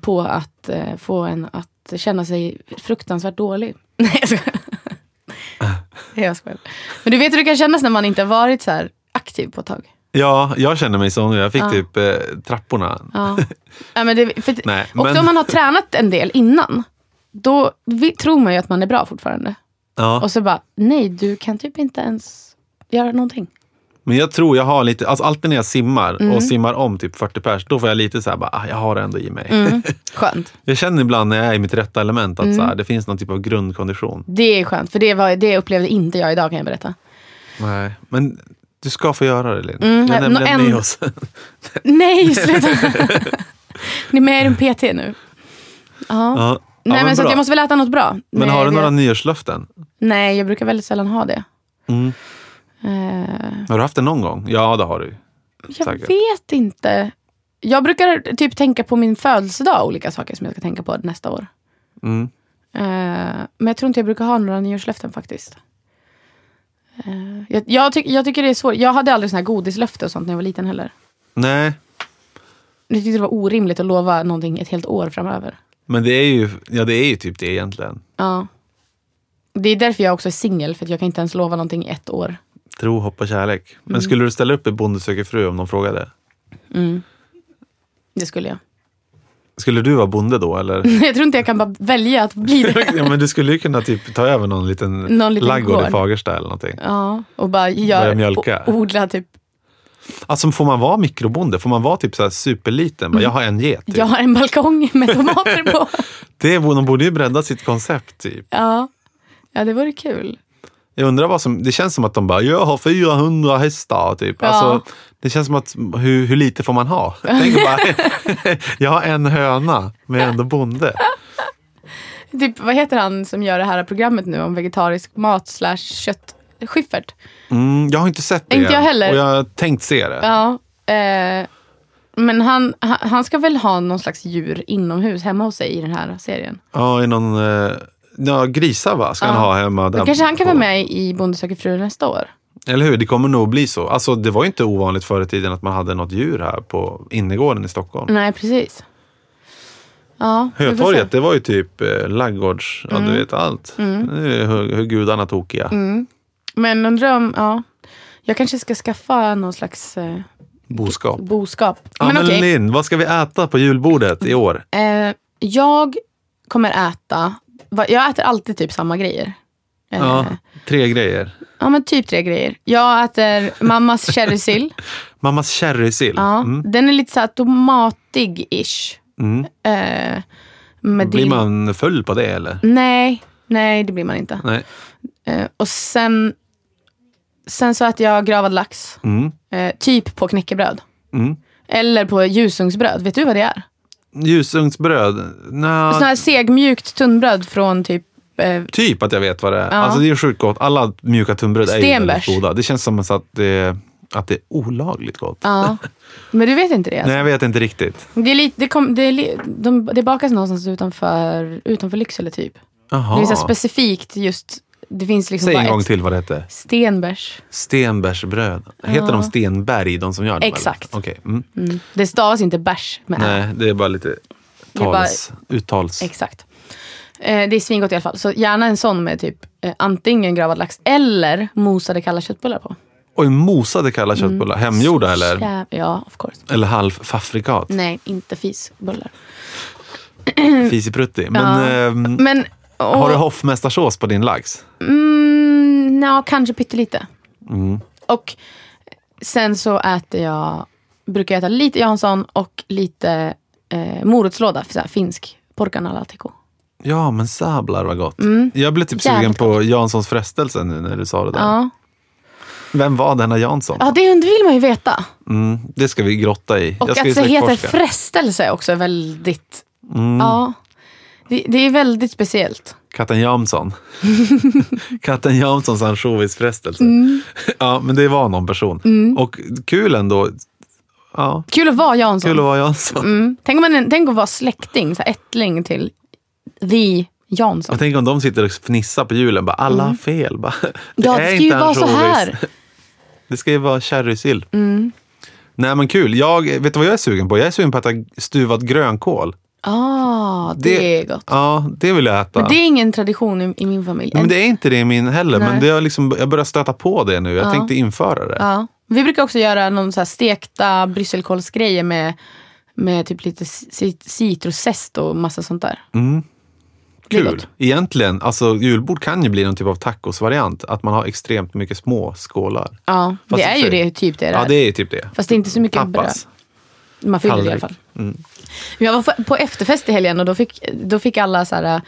[SPEAKER 3] på att eh, få en att känna sig fruktansvärt dålig. Nej, jag skojar. jag skojar. Men du vet hur det kan kännas när man inte har varit så här aktiv på ett tag.
[SPEAKER 4] Ja, jag känner mig så nu. Jag fick typ eh, trapporna.
[SPEAKER 3] Ja. ja, men det, för,
[SPEAKER 4] Nej,
[SPEAKER 3] också
[SPEAKER 4] men-
[SPEAKER 3] om man har tränat en del innan, då vi, tror man ju att man är bra fortfarande.
[SPEAKER 4] Ja.
[SPEAKER 3] Och så bara, nej du kan typ inte ens göra någonting.
[SPEAKER 4] Men jag tror jag har lite, alltså alltid när jag simmar
[SPEAKER 3] Mm.
[SPEAKER 4] och simmar om typ 40 pers, då får jag lite så här, bara, ah, jag har det ändå i mig.
[SPEAKER 3] Mm. Skönt.
[SPEAKER 4] Jag känner ibland när jag är i mitt rätta element att så
[SPEAKER 3] Mm.
[SPEAKER 4] här, det finns någon typ av grundkondition.
[SPEAKER 3] Det är skönt, för det, var, det upplevde inte jag idag kan jag berätta.
[SPEAKER 4] Nej. Men du ska få göra det Linn.
[SPEAKER 3] Mm,
[SPEAKER 4] Vi har
[SPEAKER 3] nå-
[SPEAKER 4] nämligen
[SPEAKER 3] en-
[SPEAKER 4] med oss.
[SPEAKER 3] Nej, sluta! Ni är med i en PT nu. Ja.
[SPEAKER 4] ja.
[SPEAKER 3] Nej,
[SPEAKER 4] men
[SPEAKER 3] men så att
[SPEAKER 4] bra.
[SPEAKER 3] jag måste väl äta något bra.
[SPEAKER 4] Men har du
[SPEAKER 3] Nej,
[SPEAKER 4] några
[SPEAKER 3] det-
[SPEAKER 4] nyårslöften?
[SPEAKER 3] Nej, jag brukar väldigt sällan ha det.
[SPEAKER 4] Mm.
[SPEAKER 3] Eh,
[SPEAKER 4] Har du haft det någon gång? Ja, det har du.
[SPEAKER 3] jag
[SPEAKER 4] Säkert.
[SPEAKER 3] vet inte. Jag brukar typ tänka på min födelsedag, olika saker som jag ska tänka på nästa år.
[SPEAKER 4] Mm.
[SPEAKER 3] Eh, men jag tror inte jag brukar ha några nyårslöften faktiskt. Eh, jag, jag, tyck- jag tycker det är svårt. Jag hade aldrig såna här godislöften och sånt när jag var liten heller.
[SPEAKER 4] Nej,
[SPEAKER 3] Jag tyckte det var orimligt att lova någonting ett helt år framöver.
[SPEAKER 4] men det är ju, ja, det är ju typ det egentligen.
[SPEAKER 3] Ja. Det är därför jag också är singel, för att jag kan inte ens lova någonting i ett år.
[SPEAKER 4] Tro, hopp och kärlek.
[SPEAKER 3] Mm.
[SPEAKER 4] Men skulle du ställa upp i Bonde söker fru om någon frågade?
[SPEAKER 3] Det skulle jag.
[SPEAKER 4] Skulle du vara bonde då eller?
[SPEAKER 3] Jag tror inte jag kan bara välja att bli det.
[SPEAKER 4] ja, men du skulle ju kunna typ ta över någon liten,
[SPEAKER 3] Någon liten
[SPEAKER 4] laggård i
[SPEAKER 3] gård.
[SPEAKER 4] Fagersta eller någonting.
[SPEAKER 3] Ja, och bara
[SPEAKER 4] Börja
[SPEAKER 3] gör,
[SPEAKER 4] mjölka.
[SPEAKER 3] o- odla typ.
[SPEAKER 4] Alltså får man vara mikrobonde? Får man vara typ så här superliten?
[SPEAKER 3] Mm.
[SPEAKER 4] Bara, jag har en get. Typ.
[SPEAKER 3] Jag har en balkong med tomater på.
[SPEAKER 4] Det, borde- de borde ju bredda sitt koncept. Typ.
[SPEAKER 3] Ja. ja, det vore kul.
[SPEAKER 4] Jag undrar vad som, det känns som att de bara, jag har 400 hästar typ.
[SPEAKER 3] Ja.
[SPEAKER 4] Alltså, det känns som att, hur, hur lite får man ha? Tänk bara, jag har en höna, men jag är ändå bonde.
[SPEAKER 3] Typ, vad heter han som gör det här programmet nu om vegetarisk mat slash kött? Schyffert.
[SPEAKER 4] Mm, jag har inte sett det
[SPEAKER 3] Inte jag
[SPEAKER 4] än.
[SPEAKER 3] heller.
[SPEAKER 4] Och jag har tänkt se det.
[SPEAKER 3] Ja. Eh, men han, han han ska väl ha någon slags djur inomhus hemma hos sig i den här serien.
[SPEAKER 4] Ja, i någon, eh, ja grisar va? Ska
[SPEAKER 3] Ja.
[SPEAKER 4] han ha hemma. Där
[SPEAKER 3] Då kanske han kan
[SPEAKER 4] på-
[SPEAKER 3] vara med i Bonde söker fru nästa år.
[SPEAKER 4] Eller hur, det kommer nog bli så. Alltså det var ju inte ovanligt förr i tiden att man hade något djur här på innergården i Stockholm.
[SPEAKER 3] Nej, precis. Ja, Mm. vi får se. Mm.
[SPEAKER 4] Hötorget, det var ju typ eh, laggårds, ja du vet allt. Nu är hur, hur gudarna tokiga.
[SPEAKER 3] Men undrar om, ja. Jag kanske ska skaffa någon slags eh,
[SPEAKER 4] Boskap.
[SPEAKER 3] boskap.
[SPEAKER 4] Ja, men
[SPEAKER 3] men okej.
[SPEAKER 4] Linn, vad ska vi äta på julbordet i år?
[SPEAKER 3] Eh, jag kommer äta, va- jag äter alltid typ samma grejer. Eh,
[SPEAKER 4] Ja, tre grejer.
[SPEAKER 3] ja, men typ tre grejer. Jag äter mammas cherrysill.
[SPEAKER 4] Mammas cherrysill.
[SPEAKER 3] Ja,
[SPEAKER 4] Mm.
[SPEAKER 3] Den är lite så här tomatig-ish.
[SPEAKER 4] Mm.
[SPEAKER 3] Eh, med
[SPEAKER 4] Blir
[SPEAKER 3] dill-
[SPEAKER 4] man full på det eller?
[SPEAKER 3] Nej, nej det blir man inte.
[SPEAKER 4] Nej.
[SPEAKER 3] Eh, och sen, sen så äter jag gravad lax.
[SPEAKER 4] Mm.
[SPEAKER 3] Eh, typ på knäckebröd.
[SPEAKER 4] Mm.
[SPEAKER 3] Eller på ljusugnsbröd. Vet du vad det är?
[SPEAKER 4] Ljusugnsbröd? Nja,
[SPEAKER 3] Sån här segmjukt tunnbröd från typ... Eh,
[SPEAKER 4] typ att jag vet vad det är.
[SPEAKER 3] Ja.
[SPEAKER 4] Alltså det är sjukt gott. Alla mjuka tunnbröd är ju väldigt
[SPEAKER 3] Stenbärs.
[SPEAKER 4] goda. Det känns som att det, att det är olagligt gott.
[SPEAKER 3] ja. Men du vet inte det?
[SPEAKER 4] Nej,
[SPEAKER 3] Alltså.
[SPEAKER 4] jag vet inte riktigt.
[SPEAKER 3] Det, är lite, det, kom, det, är li, de, det bakas någonstans utanför, utanför Lycksele typ. Det är så här
[SPEAKER 4] Jaha.
[SPEAKER 3] specifikt just... Det finns liksom
[SPEAKER 4] Ah. Säg en
[SPEAKER 3] bara
[SPEAKER 4] gång
[SPEAKER 3] ett
[SPEAKER 4] till vad det hette.
[SPEAKER 3] Stenbärs.
[SPEAKER 4] Stenbärsbröd. Heter de Stenberg, de som gör dem? eller?
[SPEAKER 3] Exakt.
[SPEAKER 4] Okej. Mm.
[SPEAKER 3] Mm. Det stavas inte bärs med ä.
[SPEAKER 4] Nej, det är bara lite
[SPEAKER 3] Det är bara-
[SPEAKER 4] tals, uttals.
[SPEAKER 3] Exakt. Eh, det är svingott i alla fall. Så gärna en sån med typ eh, antingen gravad lax eller mosade kalla köttbullar på.
[SPEAKER 4] Oj, mosade kalla
[SPEAKER 3] Mm.
[SPEAKER 4] köttbullar. Hemgjorda eller?
[SPEAKER 3] Jä- Ja, of course.
[SPEAKER 4] Eller halvfabrikat.
[SPEAKER 3] Nej, inte fisbullar.
[SPEAKER 4] Fisiprutti. Men ehm,
[SPEAKER 3] Men... Mm. Och,
[SPEAKER 4] har du hoffmästarsås på din lax?
[SPEAKER 3] mm, nja, kanske pyttelite.
[SPEAKER 4] Mm.
[SPEAKER 3] Och sen så äter jag, brukar jag äta lite Jansson och lite eh, morotslåda, så här, finsk. Porkan alla teko.
[SPEAKER 4] Ja, men sablar vad gott. Jag blev typ sugen
[SPEAKER 3] Mm. Jävligt
[SPEAKER 4] på Janssons frestelse nu när du sa det där.
[SPEAKER 3] Ja.
[SPEAKER 4] Vem var denna Jansson?
[SPEAKER 3] ja, det undrar- vill man ju veta.
[SPEAKER 4] Mm, det ska vi grotta i.
[SPEAKER 3] Och
[SPEAKER 4] jag
[SPEAKER 3] att
[SPEAKER 4] ska
[SPEAKER 3] det heter
[SPEAKER 4] utforska.
[SPEAKER 3] frestelse också är väldigt...
[SPEAKER 4] Mm.
[SPEAKER 3] Ja. Det, det är väldigt speciellt.
[SPEAKER 4] Katten Jansson. Katten Janssons ansjovisfrestelse.
[SPEAKER 3] Mm.
[SPEAKER 4] Ja, men det var någon person. Och kul ändå. Ja,
[SPEAKER 3] Kul att vara Jansson.
[SPEAKER 4] kul att vara Jansson.
[SPEAKER 3] mm. tänk, om man, tänk att vara släkting, så här, ättling till the Jansson.
[SPEAKER 4] Och tänk om de sitter och fnissar på julen. Bara, alla har fel. Bara, det
[SPEAKER 3] Mm. Ja, det
[SPEAKER 4] är
[SPEAKER 3] ska ju
[SPEAKER 4] inte
[SPEAKER 3] vara så
[SPEAKER 4] ansjovis.
[SPEAKER 3] här. Mm.
[SPEAKER 4] Det ska ju vara cherrysill. Nej men kul. Jag, vet du vad jag är sugen på? Jag är sugen på att äta stuvad grönkål.
[SPEAKER 3] Ah, det, är gott.
[SPEAKER 4] Ja, det vill jag äta.
[SPEAKER 3] Men det är ingen tradition i, i min familj.
[SPEAKER 4] Men det är inte det i min heller. Men
[SPEAKER 3] Nej.
[SPEAKER 4] det har liksom, jag börjar stöta på det nu. Jag tänkte införa det.
[SPEAKER 3] ja. Vi brukar också göra någon så här stekta brysselkålsgrejer
[SPEAKER 4] Mm.
[SPEAKER 3] med, med typ lite ci- citruszest och massa sånt där. Det är
[SPEAKER 4] Kul.
[SPEAKER 3] gott.
[SPEAKER 4] Egentligen, alltså julbord kan ju bli någon typ av tacosvariant. Att man har extremt mycket små skålar.
[SPEAKER 3] Ja,
[SPEAKER 4] Fast
[SPEAKER 3] det är
[SPEAKER 4] i och
[SPEAKER 3] ju
[SPEAKER 4] för sig-
[SPEAKER 3] det typ det är.
[SPEAKER 4] Ja, det är ju typ det.
[SPEAKER 3] Fast det är inte så mycket
[SPEAKER 4] Tapas.
[SPEAKER 3] bröd. Man fyller det i alla
[SPEAKER 4] Tallrik. Mm.
[SPEAKER 3] fall. Jag var f- på efterfest i helgen och då fick, då fick alla så här,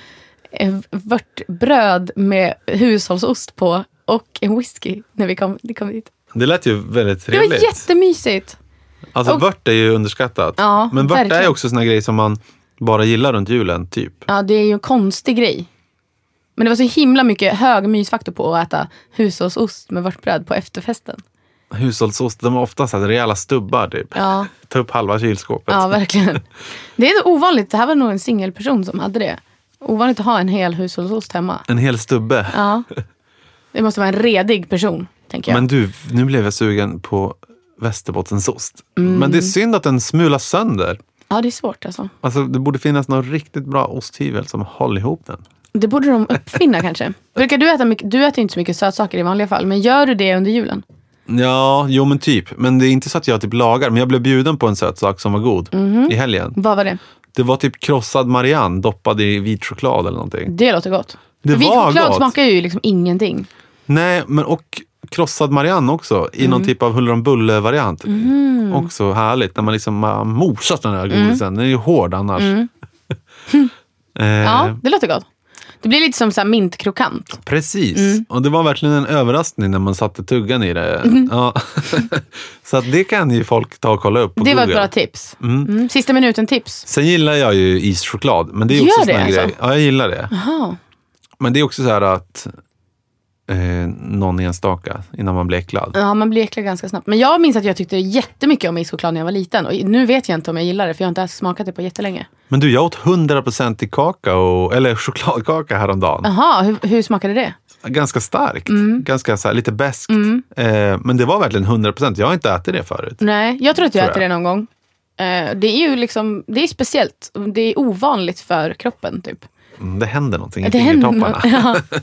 [SPEAKER 3] eh, vörtbröd med hushållsost på och en whisky när vi kom, det kom dit.
[SPEAKER 4] Det lät ju väldigt
[SPEAKER 3] Det var
[SPEAKER 4] trevligt.
[SPEAKER 3] jättemysigt.
[SPEAKER 4] Alltså
[SPEAKER 3] och-
[SPEAKER 4] vört är ju underskattat.
[SPEAKER 3] Ja,
[SPEAKER 4] Men vört är ju
[SPEAKER 3] verkligen.
[SPEAKER 4] också såna grejer som man bara gillar runt julen, typ.
[SPEAKER 3] Ja, det är ju en konstig grej. Men det var så himla mycket hög mysfaktor på att äta hushållsost med vörtbröd på efterfesten.
[SPEAKER 4] Hushållsost, de har oftast så här rejäla stubbar, typ.
[SPEAKER 3] Ja.
[SPEAKER 4] Ta upp halva kylskåpet.
[SPEAKER 3] Ja, verkligen. Det är ovanligt. Det här var nog en singelperson som hade det. Ovanligt att ha en hel hushållsost hemma.
[SPEAKER 4] en hel stubbe.
[SPEAKER 3] Ja. Det måste vara en redig person, tänker jag.
[SPEAKER 4] Men du, nu blev jag sugen på västerbottensost.
[SPEAKER 3] Mm.
[SPEAKER 4] Men det är synd att den smulas sönder.
[SPEAKER 3] Ja, det är svårt alltså.
[SPEAKER 4] Alltså, det borde finnas någon riktigt bra osthyvel som håller ihop den.
[SPEAKER 3] Det borde de uppfinna kanske. Brukar du äta mycket? Du äter ju inte så mycket sötsaker i vanliga fall, men gör du det under julen?
[SPEAKER 4] Ja, jo men typ. Men det är inte så att jag typ lagar. Men jag blev bjuden på en söt sak som var god
[SPEAKER 3] Mhm.
[SPEAKER 4] i helgen.
[SPEAKER 3] Vad var det?
[SPEAKER 4] Det var typ krossad Marianne doppad i vit choklad eller någonting.
[SPEAKER 3] Det låter gott.
[SPEAKER 4] Det
[SPEAKER 3] För vit
[SPEAKER 4] var
[SPEAKER 3] choklad
[SPEAKER 4] gott.
[SPEAKER 3] smakar ju liksom ingenting.
[SPEAKER 4] Nej, men och krossad Marianne också i
[SPEAKER 3] Mm.
[SPEAKER 4] någon typ av huller om bulle-variant. Också härligt när man liksom har mosat den
[SPEAKER 3] Mm.
[SPEAKER 4] där godisen. Den är ju hård annars. eh,
[SPEAKER 3] Ja, det låter gott. Det blir lite som så här mintkrokant.
[SPEAKER 4] Precis.
[SPEAKER 3] Mm.
[SPEAKER 4] Och det var verkligen en överraskning när man satte tuggan i det.
[SPEAKER 3] Mm-hmm.
[SPEAKER 4] Ja. så att det kan ju folk ta och kolla upp på
[SPEAKER 3] det var ett
[SPEAKER 4] Google.
[SPEAKER 3] bra tips. Mm. Sista minuten-tips.
[SPEAKER 4] Sen gillar jag ju ischoklad, men det är
[SPEAKER 3] Du
[SPEAKER 4] också
[SPEAKER 3] gör
[SPEAKER 4] sån här
[SPEAKER 3] det,
[SPEAKER 4] grej.
[SPEAKER 3] alltså?
[SPEAKER 4] Ja, jag gillar det.
[SPEAKER 3] Jaha.
[SPEAKER 4] Men det är också så här att eh, någon enstaka innan man blir äcklad.
[SPEAKER 3] Ja, man blir äcklad ganska snabbt. Men jag minns att jag tyckte jättemycket om ischoklad när jag var liten. Och nu vet jag inte om jag gillar det, för jag har inte ens smakat det på jättelänge.
[SPEAKER 4] Men du, jag åt 100% i kakao, eller chokladkaka häromdagen.
[SPEAKER 3] Jaha, hur, hur smakade det?
[SPEAKER 4] Ganska starkt,
[SPEAKER 3] Mm.
[SPEAKER 4] ganska så här, lite beskt. Eh, men det var verkligen 100%. Jag har inte ätit det förut.
[SPEAKER 3] Nej, jag tror att jag
[SPEAKER 4] Tror
[SPEAKER 3] äter det
[SPEAKER 4] jag.
[SPEAKER 3] någon gång. Eh, det är ju liksom, det är speciellt. Det är ovanligt för kroppen typ.
[SPEAKER 4] Mm, det händer någonting i
[SPEAKER 3] det händer
[SPEAKER 4] fingertopparna.
[SPEAKER 3] nå- ja.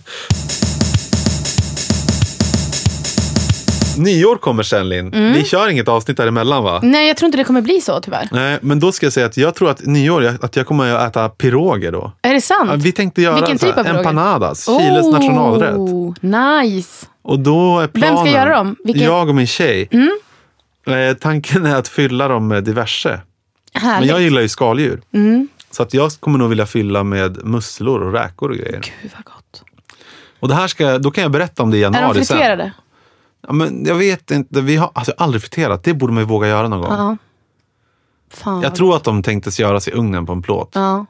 [SPEAKER 4] Nyår kommer sen, Linn.
[SPEAKER 3] Mm.
[SPEAKER 4] Vi kör inget avsnitt däremellan, va?
[SPEAKER 3] Nej, jag tror inte det kommer bli så tyvärr.
[SPEAKER 4] Nej, men då ska jag säga att jag tror att nyår, jag- att jag kommer att äta piroger då.
[SPEAKER 3] Är det sant?
[SPEAKER 4] Ja, Vi tänkte göra
[SPEAKER 3] Mm. Vilken
[SPEAKER 4] så här,
[SPEAKER 3] typ av piroger? Oh.
[SPEAKER 4] empanadas, Chiles nationalrätt.
[SPEAKER 3] Nice!
[SPEAKER 4] Och då är planen,
[SPEAKER 3] göra dem? Vilken- Mm.
[SPEAKER 4] Jag och min tjej. Eh, tanken är att fylla dem med diverse. Men
[SPEAKER 3] Härligt. Mm.
[SPEAKER 4] jag gillar ju skaldjur. Så att jag kommer nog vilja fylla med musslor och räkor och grejer.
[SPEAKER 3] Gud vad gott.
[SPEAKER 4] Och det här ska, jag- då kan jag berätta om det i
[SPEAKER 3] Är de
[SPEAKER 4] januari sen.
[SPEAKER 3] friterade?
[SPEAKER 4] Ja, men jag vet inte, vi har alltså, jag har aldrig friterat. Det borde man ju våga göra någon gång.
[SPEAKER 3] Ja. Fan.
[SPEAKER 4] Jag tror att de tänktes göras i ugnen på en plåt.
[SPEAKER 3] Ja.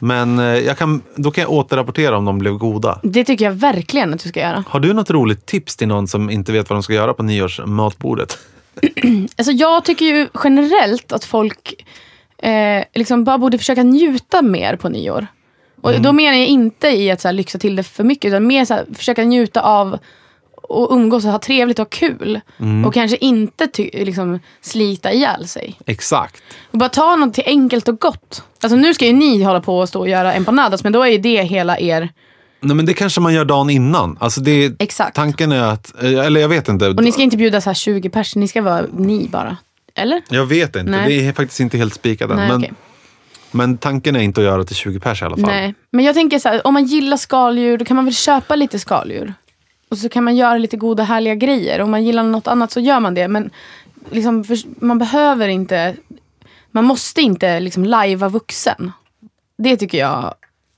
[SPEAKER 4] Men eh, jag kan, då kan jag återrapportera om de blev goda.
[SPEAKER 3] Det tycker jag verkligen att du ska göra.
[SPEAKER 4] Har du något roligt tips till någon som inte vet vad de ska göra på nyårsmatbordet?
[SPEAKER 3] Alltså jag tycker ju generellt att folk eh, liksom bara borde försöka njuta mer på nyår. Och då menar jag inte i att så här, lyxa till det för mycket, utan mer så här, försöka njuta av och umgås och ha trevligt och ha kul. Och kanske inte ty- liksom, slita ihjäl sig.
[SPEAKER 4] Exakt.
[SPEAKER 3] Och bara ta något till enkelt och gott. Alltså nu ska ju ni hålla på och stå och göra empanadas, men då är ju det hela er...
[SPEAKER 4] Nej, men det kanske man gör dagen innan. Alltså det,
[SPEAKER 3] Exakt.
[SPEAKER 4] Tanken är att, eh, eller jag vet inte.
[SPEAKER 3] Och ni ska inte bjuda så här 20 personer, ni ska vara ni bara. Eller?
[SPEAKER 4] Jag vet inte,
[SPEAKER 3] Nej.
[SPEAKER 4] det är faktiskt inte helt spikat än.
[SPEAKER 3] Nej,
[SPEAKER 4] men,
[SPEAKER 3] okej.
[SPEAKER 4] men tanken är inte att göra till 20 pers i alla fall.
[SPEAKER 3] Nej, men jag tänker så här, om man gillar skaldjur då kan man väl köpa lite skaldjur. Och så kan man göra lite goda härliga grejer. Om man gillar något annat så gör man det. Men liksom, för, man behöver inte, man måste inte liksom lajva vuxen. Det tycker jag,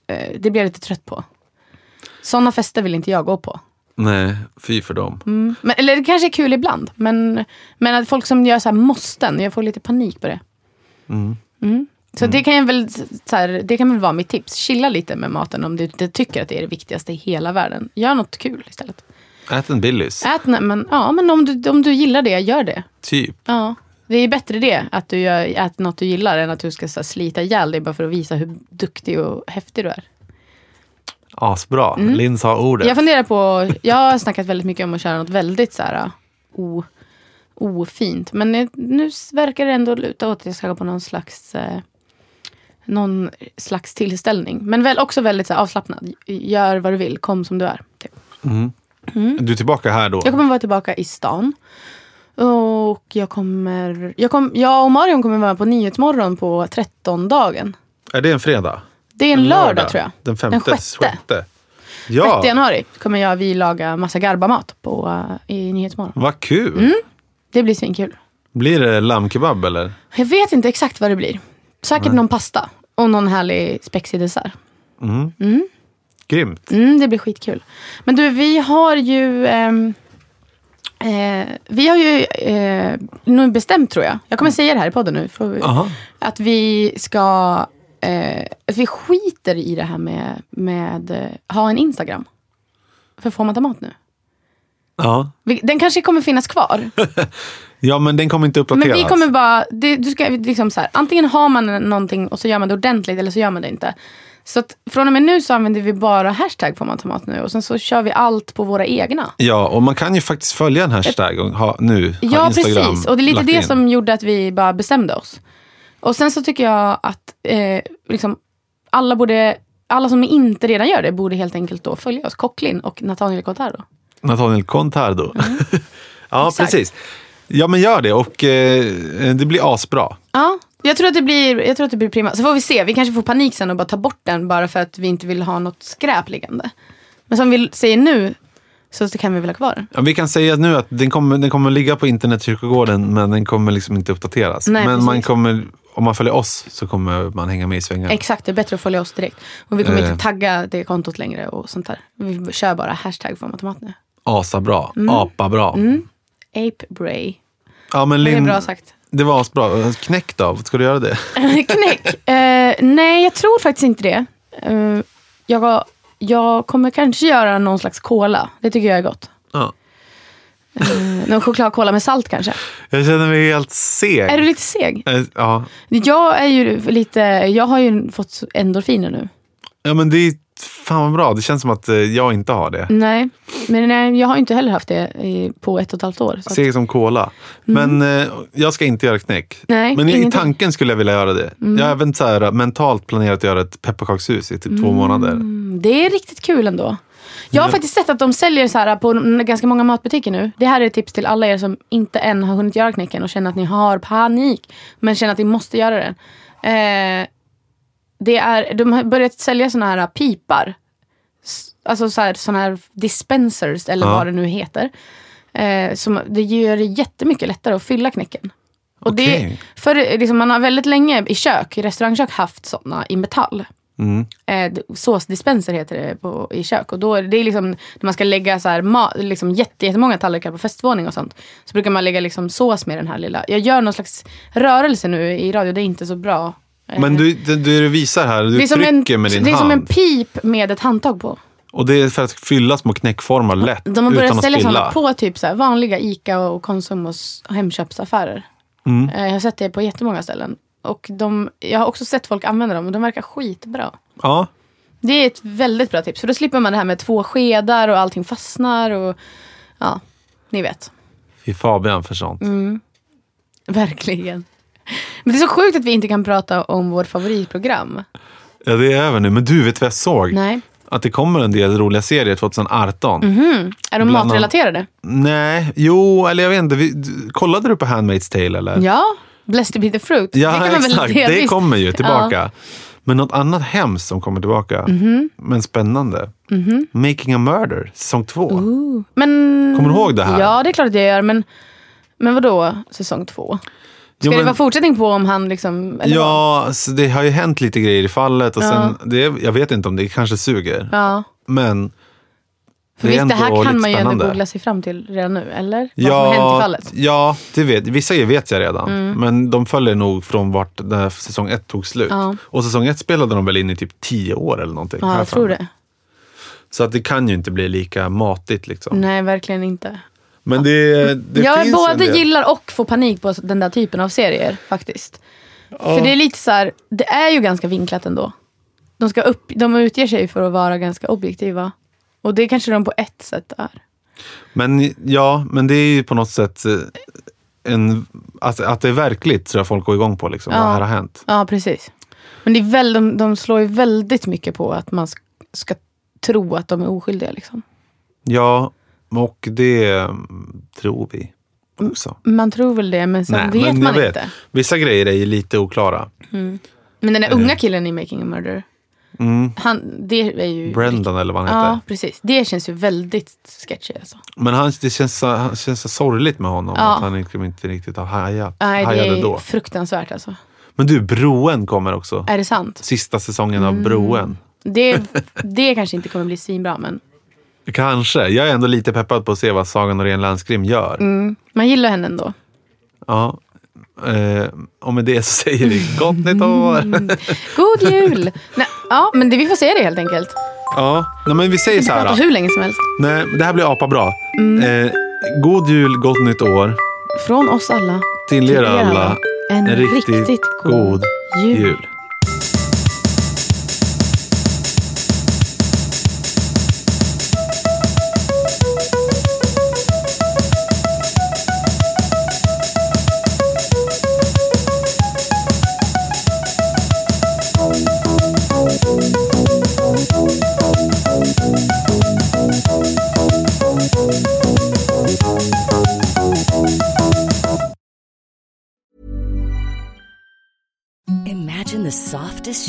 [SPEAKER 3] eh, det blir jag lite trött på. Sådana fester vill inte jag gå på.
[SPEAKER 4] Nej, fy för dem.
[SPEAKER 3] Men, eller det kanske är kul ibland. Men, men att folk som gör så här måsten, jag får lite panik på det. Mm. Så det kan jag väl så här, det kan väl vara mitt tips. Chilla lite med maten om du inte tycker att det är det viktigaste i hela världen. Gör något kul istället.
[SPEAKER 4] Ät en Billys,
[SPEAKER 3] Ät, när- men, ja, men om, du, om du gillar det, gör det.
[SPEAKER 4] typ.
[SPEAKER 3] Ja. Det är bättre det, att du gör, äter något du gillar än att du ska så här, slita ihjäl dig bara för att visa hur duktig och häftig du är.
[SPEAKER 4] Asbra. Linn sa ordet.
[SPEAKER 3] Mm. Jag funderar på, jag har snackat väldigt mycket om att köra något väldigt så här ah, o, ofint. Men eh, nu s- verkar det ändå luta åt att jag ska gå på någon slags, eh, någon slags tillställning. Men väl också väldigt så här, avslappnad. Gör vad du vill, kom som du är. Typ.
[SPEAKER 4] Du är tillbaka här då?
[SPEAKER 3] Jag kommer vara tillbaka i stan. Och jag kommer, jag, kom, jag och Marion kommer vara på Nyhetsmorgon på 13-dagen.
[SPEAKER 4] Är det en fredag?
[SPEAKER 3] Det är en, lördag, tror jag.
[SPEAKER 4] Den femte,
[SPEAKER 3] den sjätte.
[SPEAKER 4] sjätte. Ja,
[SPEAKER 3] 6 januari kommer jag och vi laga massa garbamat på, eh, i Nyhetsmorgon.
[SPEAKER 4] vad kul.
[SPEAKER 3] Mm. Det blir svinkul.
[SPEAKER 4] Blir det lammkebab eller?
[SPEAKER 3] Jag vet inte exakt vad det blir. Säkert någon pasta och någon härlig spexig dessert.
[SPEAKER 4] Grymt.
[SPEAKER 3] Mm, det blir skitkul. Men du, vi har ju... ehm, eh, vi har ju eh, nu bestämt, tror jag. Jag kommer säga det här i podden nu. Får vi,
[SPEAKER 4] Aha.
[SPEAKER 3] att vi ska... Eh, att vi skiter i det här med, med eh, ha en Instagram. För får man ta mat nu?
[SPEAKER 4] Ja.
[SPEAKER 3] Vi, den kanske kommer finnas kvar.
[SPEAKER 4] ja, men den kommer inte uppdateras.
[SPEAKER 3] Men vi kommer bara, det, du ska liksom så här, antingen har man någonting och så gör man det ordentligt eller så gör man det inte. Så att från och med nu så använder vi bara hashtag får man ta mat nu och sen så kör vi allt på våra egna.
[SPEAKER 4] Ja, och man kan ju faktiskt följa en hashtag och ha, nu.
[SPEAKER 3] Ja
[SPEAKER 4] har Instagram
[SPEAKER 3] precis, och det är lite
[SPEAKER 4] lagt
[SPEAKER 3] det
[SPEAKER 4] in.
[SPEAKER 3] som gjorde att vi bara bestämde oss. Och sen så tycker jag att eh, liksom, alla, borde, alla som inte redan gör det borde helt enkelt då följa oss, Kocklin och Nathaniel Kotaro.
[SPEAKER 4] Nathaniel Contardo. ja,
[SPEAKER 3] Mm. Exakt.
[SPEAKER 4] precis. Ja, men gör det och eh, det blir asbra.
[SPEAKER 3] Ja, jag tror, att det blir, jag tror att det blir prima. Så får vi se, vi kanske får panik sen och bara tar bort den bara för att vi inte vill ha något skräp liggande. Men som vi säger nu så så kan vi väl ha kvar den.
[SPEAKER 4] Ja, vi kan säga nu att den kommer, den kommer ligga på internetkyrkogården, men den kommer liksom inte uppdateras.
[SPEAKER 3] Nej,
[SPEAKER 4] men man
[SPEAKER 3] precis.
[SPEAKER 4] kommer, om man följer oss så kommer man hänga med i svängarna.
[SPEAKER 3] Exakt, det är bättre att följa oss direkt. Och vi kommer
[SPEAKER 4] Eh.
[SPEAKER 3] inte tagga det kontot längre och sånt där. Vi kör bara hashtag för mat nu.
[SPEAKER 4] Asabra.
[SPEAKER 3] Mm.
[SPEAKER 4] Apabra.
[SPEAKER 3] Ape Bray.
[SPEAKER 4] Ja, men
[SPEAKER 3] Det är
[SPEAKER 4] Linn,
[SPEAKER 3] bra sagt.
[SPEAKER 4] det var asbra. Knäck då, ska du göra det?
[SPEAKER 3] Knäck. Eh, nej, jag tror faktiskt inte det. Eh, jag, jag kommer kanske göra någon slags cola. Det tycker jag är gott.
[SPEAKER 4] Ja.
[SPEAKER 3] Eh, någon chokladcola med salt kanske.
[SPEAKER 4] Jag känner mig helt seg.
[SPEAKER 3] Är du lite seg?
[SPEAKER 4] Eh, Ja.
[SPEAKER 3] Jag är ju lite, jag har ju fått endorfiner nu.
[SPEAKER 4] ja, men det är fan vad bra. Det känns som att eh, jag inte har det.
[SPEAKER 3] Nej, men nej, jag har ju inte heller haft det i, på ett och ett halvt år. Så. att-
[SPEAKER 4] Seg som cola. Men eh, jag ska inte göra knäck.
[SPEAKER 3] Mm. Nej,
[SPEAKER 4] Men i
[SPEAKER 3] ingenting. Mm.
[SPEAKER 4] tanken skulle jag vilja göra det. Jag har även så här, eh, mentalt planerat att göra ett pepparkakshus i typ två månader.
[SPEAKER 3] Mm, Det är riktigt kul ändå. Jag har faktiskt sett att de säljer så här på n- ganska många matbutiker nu. Det här är ett tips till alla er som inte än har hunnit göra knäcken och känner att ni har panik. Men känner att ni måste göra den. Eh, det är, de har börjat sälja såna här pipar. S- Alltså så här, såna här dispensers eller
[SPEAKER 4] Ja.
[SPEAKER 3] vad det nu heter. Eh, som, det gör det jättemycket lättare att fylla knäcken. Och
[SPEAKER 4] Okej.
[SPEAKER 3] det, för, liksom, man har väldigt länge i kök, i restaurangkök haft såna i metall.
[SPEAKER 4] Mm.
[SPEAKER 3] Eh, d- såsdispenser heter det på, i kök. Och då är det- det är liksom när man ska lägga så här ma- liksom jätte, jättemånga tallrikar på festvåning och sånt. Så brukar man lägga liksom sås med den här lilla. Jag gör någon slags rörelse nu i radio, det är inte så bra. Eh,
[SPEAKER 4] Men du, det, det du visar här, du
[SPEAKER 3] det är som en,
[SPEAKER 4] trycker med din
[SPEAKER 3] det är
[SPEAKER 4] hand.
[SPEAKER 3] som en pip med ett handtag på.
[SPEAKER 4] Och det är för att fylla små knäckformar lätt
[SPEAKER 3] De har
[SPEAKER 4] utan
[SPEAKER 3] börjat
[SPEAKER 4] att
[SPEAKER 3] sälja
[SPEAKER 4] spilla.
[SPEAKER 3] sådana på typ så här vanliga ICA och Konsum och s- hemköpsaffärer.
[SPEAKER 4] Mm.
[SPEAKER 3] Eh, Jag har sett det på jättemånga ställen. Och de, jag har också sett folk använda dem och de verkar skitbra.
[SPEAKER 4] Ja,
[SPEAKER 3] Det är ett väldigt bra tips. För då slipper man det här med två skedar och allting fastnar. Och, ja, ni vet.
[SPEAKER 4] i Fabian för sånt.
[SPEAKER 3] Mm. Verkligen. Men det är så sjukt att vi inte kan prata om vårt favoritprogram.
[SPEAKER 4] Ja, det är över nu. Men du, vet vad jag såg?
[SPEAKER 3] Nej.
[SPEAKER 4] Att det kommer en del roliga serier 2018.
[SPEAKER 3] Mhm. Är de
[SPEAKER 4] Bland annat-
[SPEAKER 3] matrelaterade?
[SPEAKER 4] Nej, jo, eller jag vet inte. Vi, d- kollade du på Handmaid's Tale eller?
[SPEAKER 3] Ja. Blessed be the fruit.
[SPEAKER 4] Ja,
[SPEAKER 3] kan man väl
[SPEAKER 4] exakt. Det
[SPEAKER 3] delvis-
[SPEAKER 4] kommer ju
[SPEAKER 3] Ja. Mhm.
[SPEAKER 4] tillbaka. Men något annat hemskt som kommer tillbaka, men spännande. Making a murder, säsong två.
[SPEAKER 3] Men,
[SPEAKER 4] Kommer du ihåg det här?
[SPEAKER 3] Ja, det är klart att jag gör. Men, men vadå säsong två? Ska
[SPEAKER 4] Jo,
[SPEAKER 3] det
[SPEAKER 4] men-
[SPEAKER 3] vara fortsättning på om han liksom... eller vad?
[SPEAKER 4] Ja, så det har ju hänt lite grejer i fallet. Och sen, det, jag vet inte om det kanske suger.
[SPEAKER 3] ja.
[SPEAKER 4] Men
[SPEAKER 3] För
[SPEAKER 4] det är
[SPEAKER 3] visst, det
[SPEAKER 4] ändå
[SPEAKER 3] här kan
[SPEAKER 4] lite
[SPEAKER 3] man ju ändå
[SPEAKER 4] spännande.
[SPEAKER 3] googla sig fram till redan nu, eller? Vad som har hänt i fallet. Mm.
[SPEAKER 4] Ja, det vet, vissa grejer vet jag redan. Men de följer nog från vart den här säsong ett tog slut.
[SPEAKER 3] Ja.
[SPEAKER 4] Och säsong ett spelade de väl in i typ tio år eller någonting.
[SPEAKER 3] Ja,
[SPEAKER 4] här
[SPEAKER 3] jag
[SPEAKER 4] för
[SPEAKER 3] tror
[SPEAKER 4] mig.
[SPEAKER 3] det.
[SPEAKER 4] Så att det kan ju inte bli lika matigt. Liksom.
[SPEAKER 3] Nej, verkligen inte.
[SPEAKER 4] Men det, det
[SPEAKER 3] jag
[SPEAKER 4] finns ju en
[SPEAKER 3] både
[SPEAKER 4] del.
[SPEAKER 3] gillar och får panik på den där typen av serier faktiskt. För det är lite så här, det är ju ganska vinklat ändå. De, ska upp, de utger sig för att vara ganska objektiva. Och det kanske de på ett sätt är.
[SPEAKER 4] Men ja, men det är ju på något sätt eh, en, att, att det är verkligt tror jag folk går igång på. Liksom, Vad här har hänt.
[SPEAKER 3] Ja, precis. Men det är väl, de, de slår ju väldigt mycket på att man ska, ska tro att de är oskyldiga. Liksom.
[SPEAKER 4] Ja, och det eh, tror vi också.
[SPEAKER 3] Man tror väl det, men Mm. sen
[SPEAKER 4] Nej,
[SPEAKER 3] vet
[SPEAKER 4] men
[SPEAKER 3] man
[SPEAKER 4] jag
[SPEAKER 3] inte. Mm.
[SPEAKER 4] Vissa grejer är ju lite oklara.
[SPEAKER 3] Men den där unga killen i Making a Murder, Han, det är ju...
[SPEAKER 4] Brendan eller vad Mm. han heter.
[SPEAKER 3] Ja, precis. Det känns ju väldigt sketchy alltså.
[SPEAKER 4] Men han, det känns, så- han känns så sorgligt med honom.
[SPEAKER 3] Ja.
[SPEAKER 4] Att han liksom inte riktigt har hajat.
[SPEAKER 3] Nej, det
[SPEAKER 4] hajade
[SPEAKER 3] är
[SPEAKER 4] då.
[SPEAKER 3] fruktansvärt alltså.
[SPEAKER 4] Men du, Broen kommer också.
[SPEAKER 3] Är det sant?
[SPEAKER 4] Sista säsongen av
[SPEAKER 3] Mm.
[SPEAKER 4] Broen.
[SPEAKER 3] Det, det kanske inte kommer bli svinbra men
[SPEAKER 4] Kanske. Jag är ändå lite peppad på att se vad Saga Norén Landsgrim gör.
[SPEAKER 3] Mm. man gillar henne ändå.
[SPEAKER 4] Ja. Eh, och med det så säger vi gott nytt
[SPEAKER 3] Mm.
[SPEAKER 4] år.
[SPEAKER 3] God jul! Nej, ja, men det, vi får se det helt enkelt.
[SPEAKER 4] ja. Nej, men vi säger så här.
[SPEAKER 3] Prata
[SPEAKER 4] då.
[SPEAKER 3] hur länge som helst.
[SPEAKER 4] Nej, det här blir apa bra.
[SPEAKER 3] Mm.
[SPEAKER 4] Eh, god jul, gott nytt år.
[SPEAKER 3] Från oss alla.
[SPEAKER 4] Till er alla.
[SPEAKER 3] En, riktigt, god jul.
[SPEAKER 4] jul.
[SPEAKER 8] Imagine the softest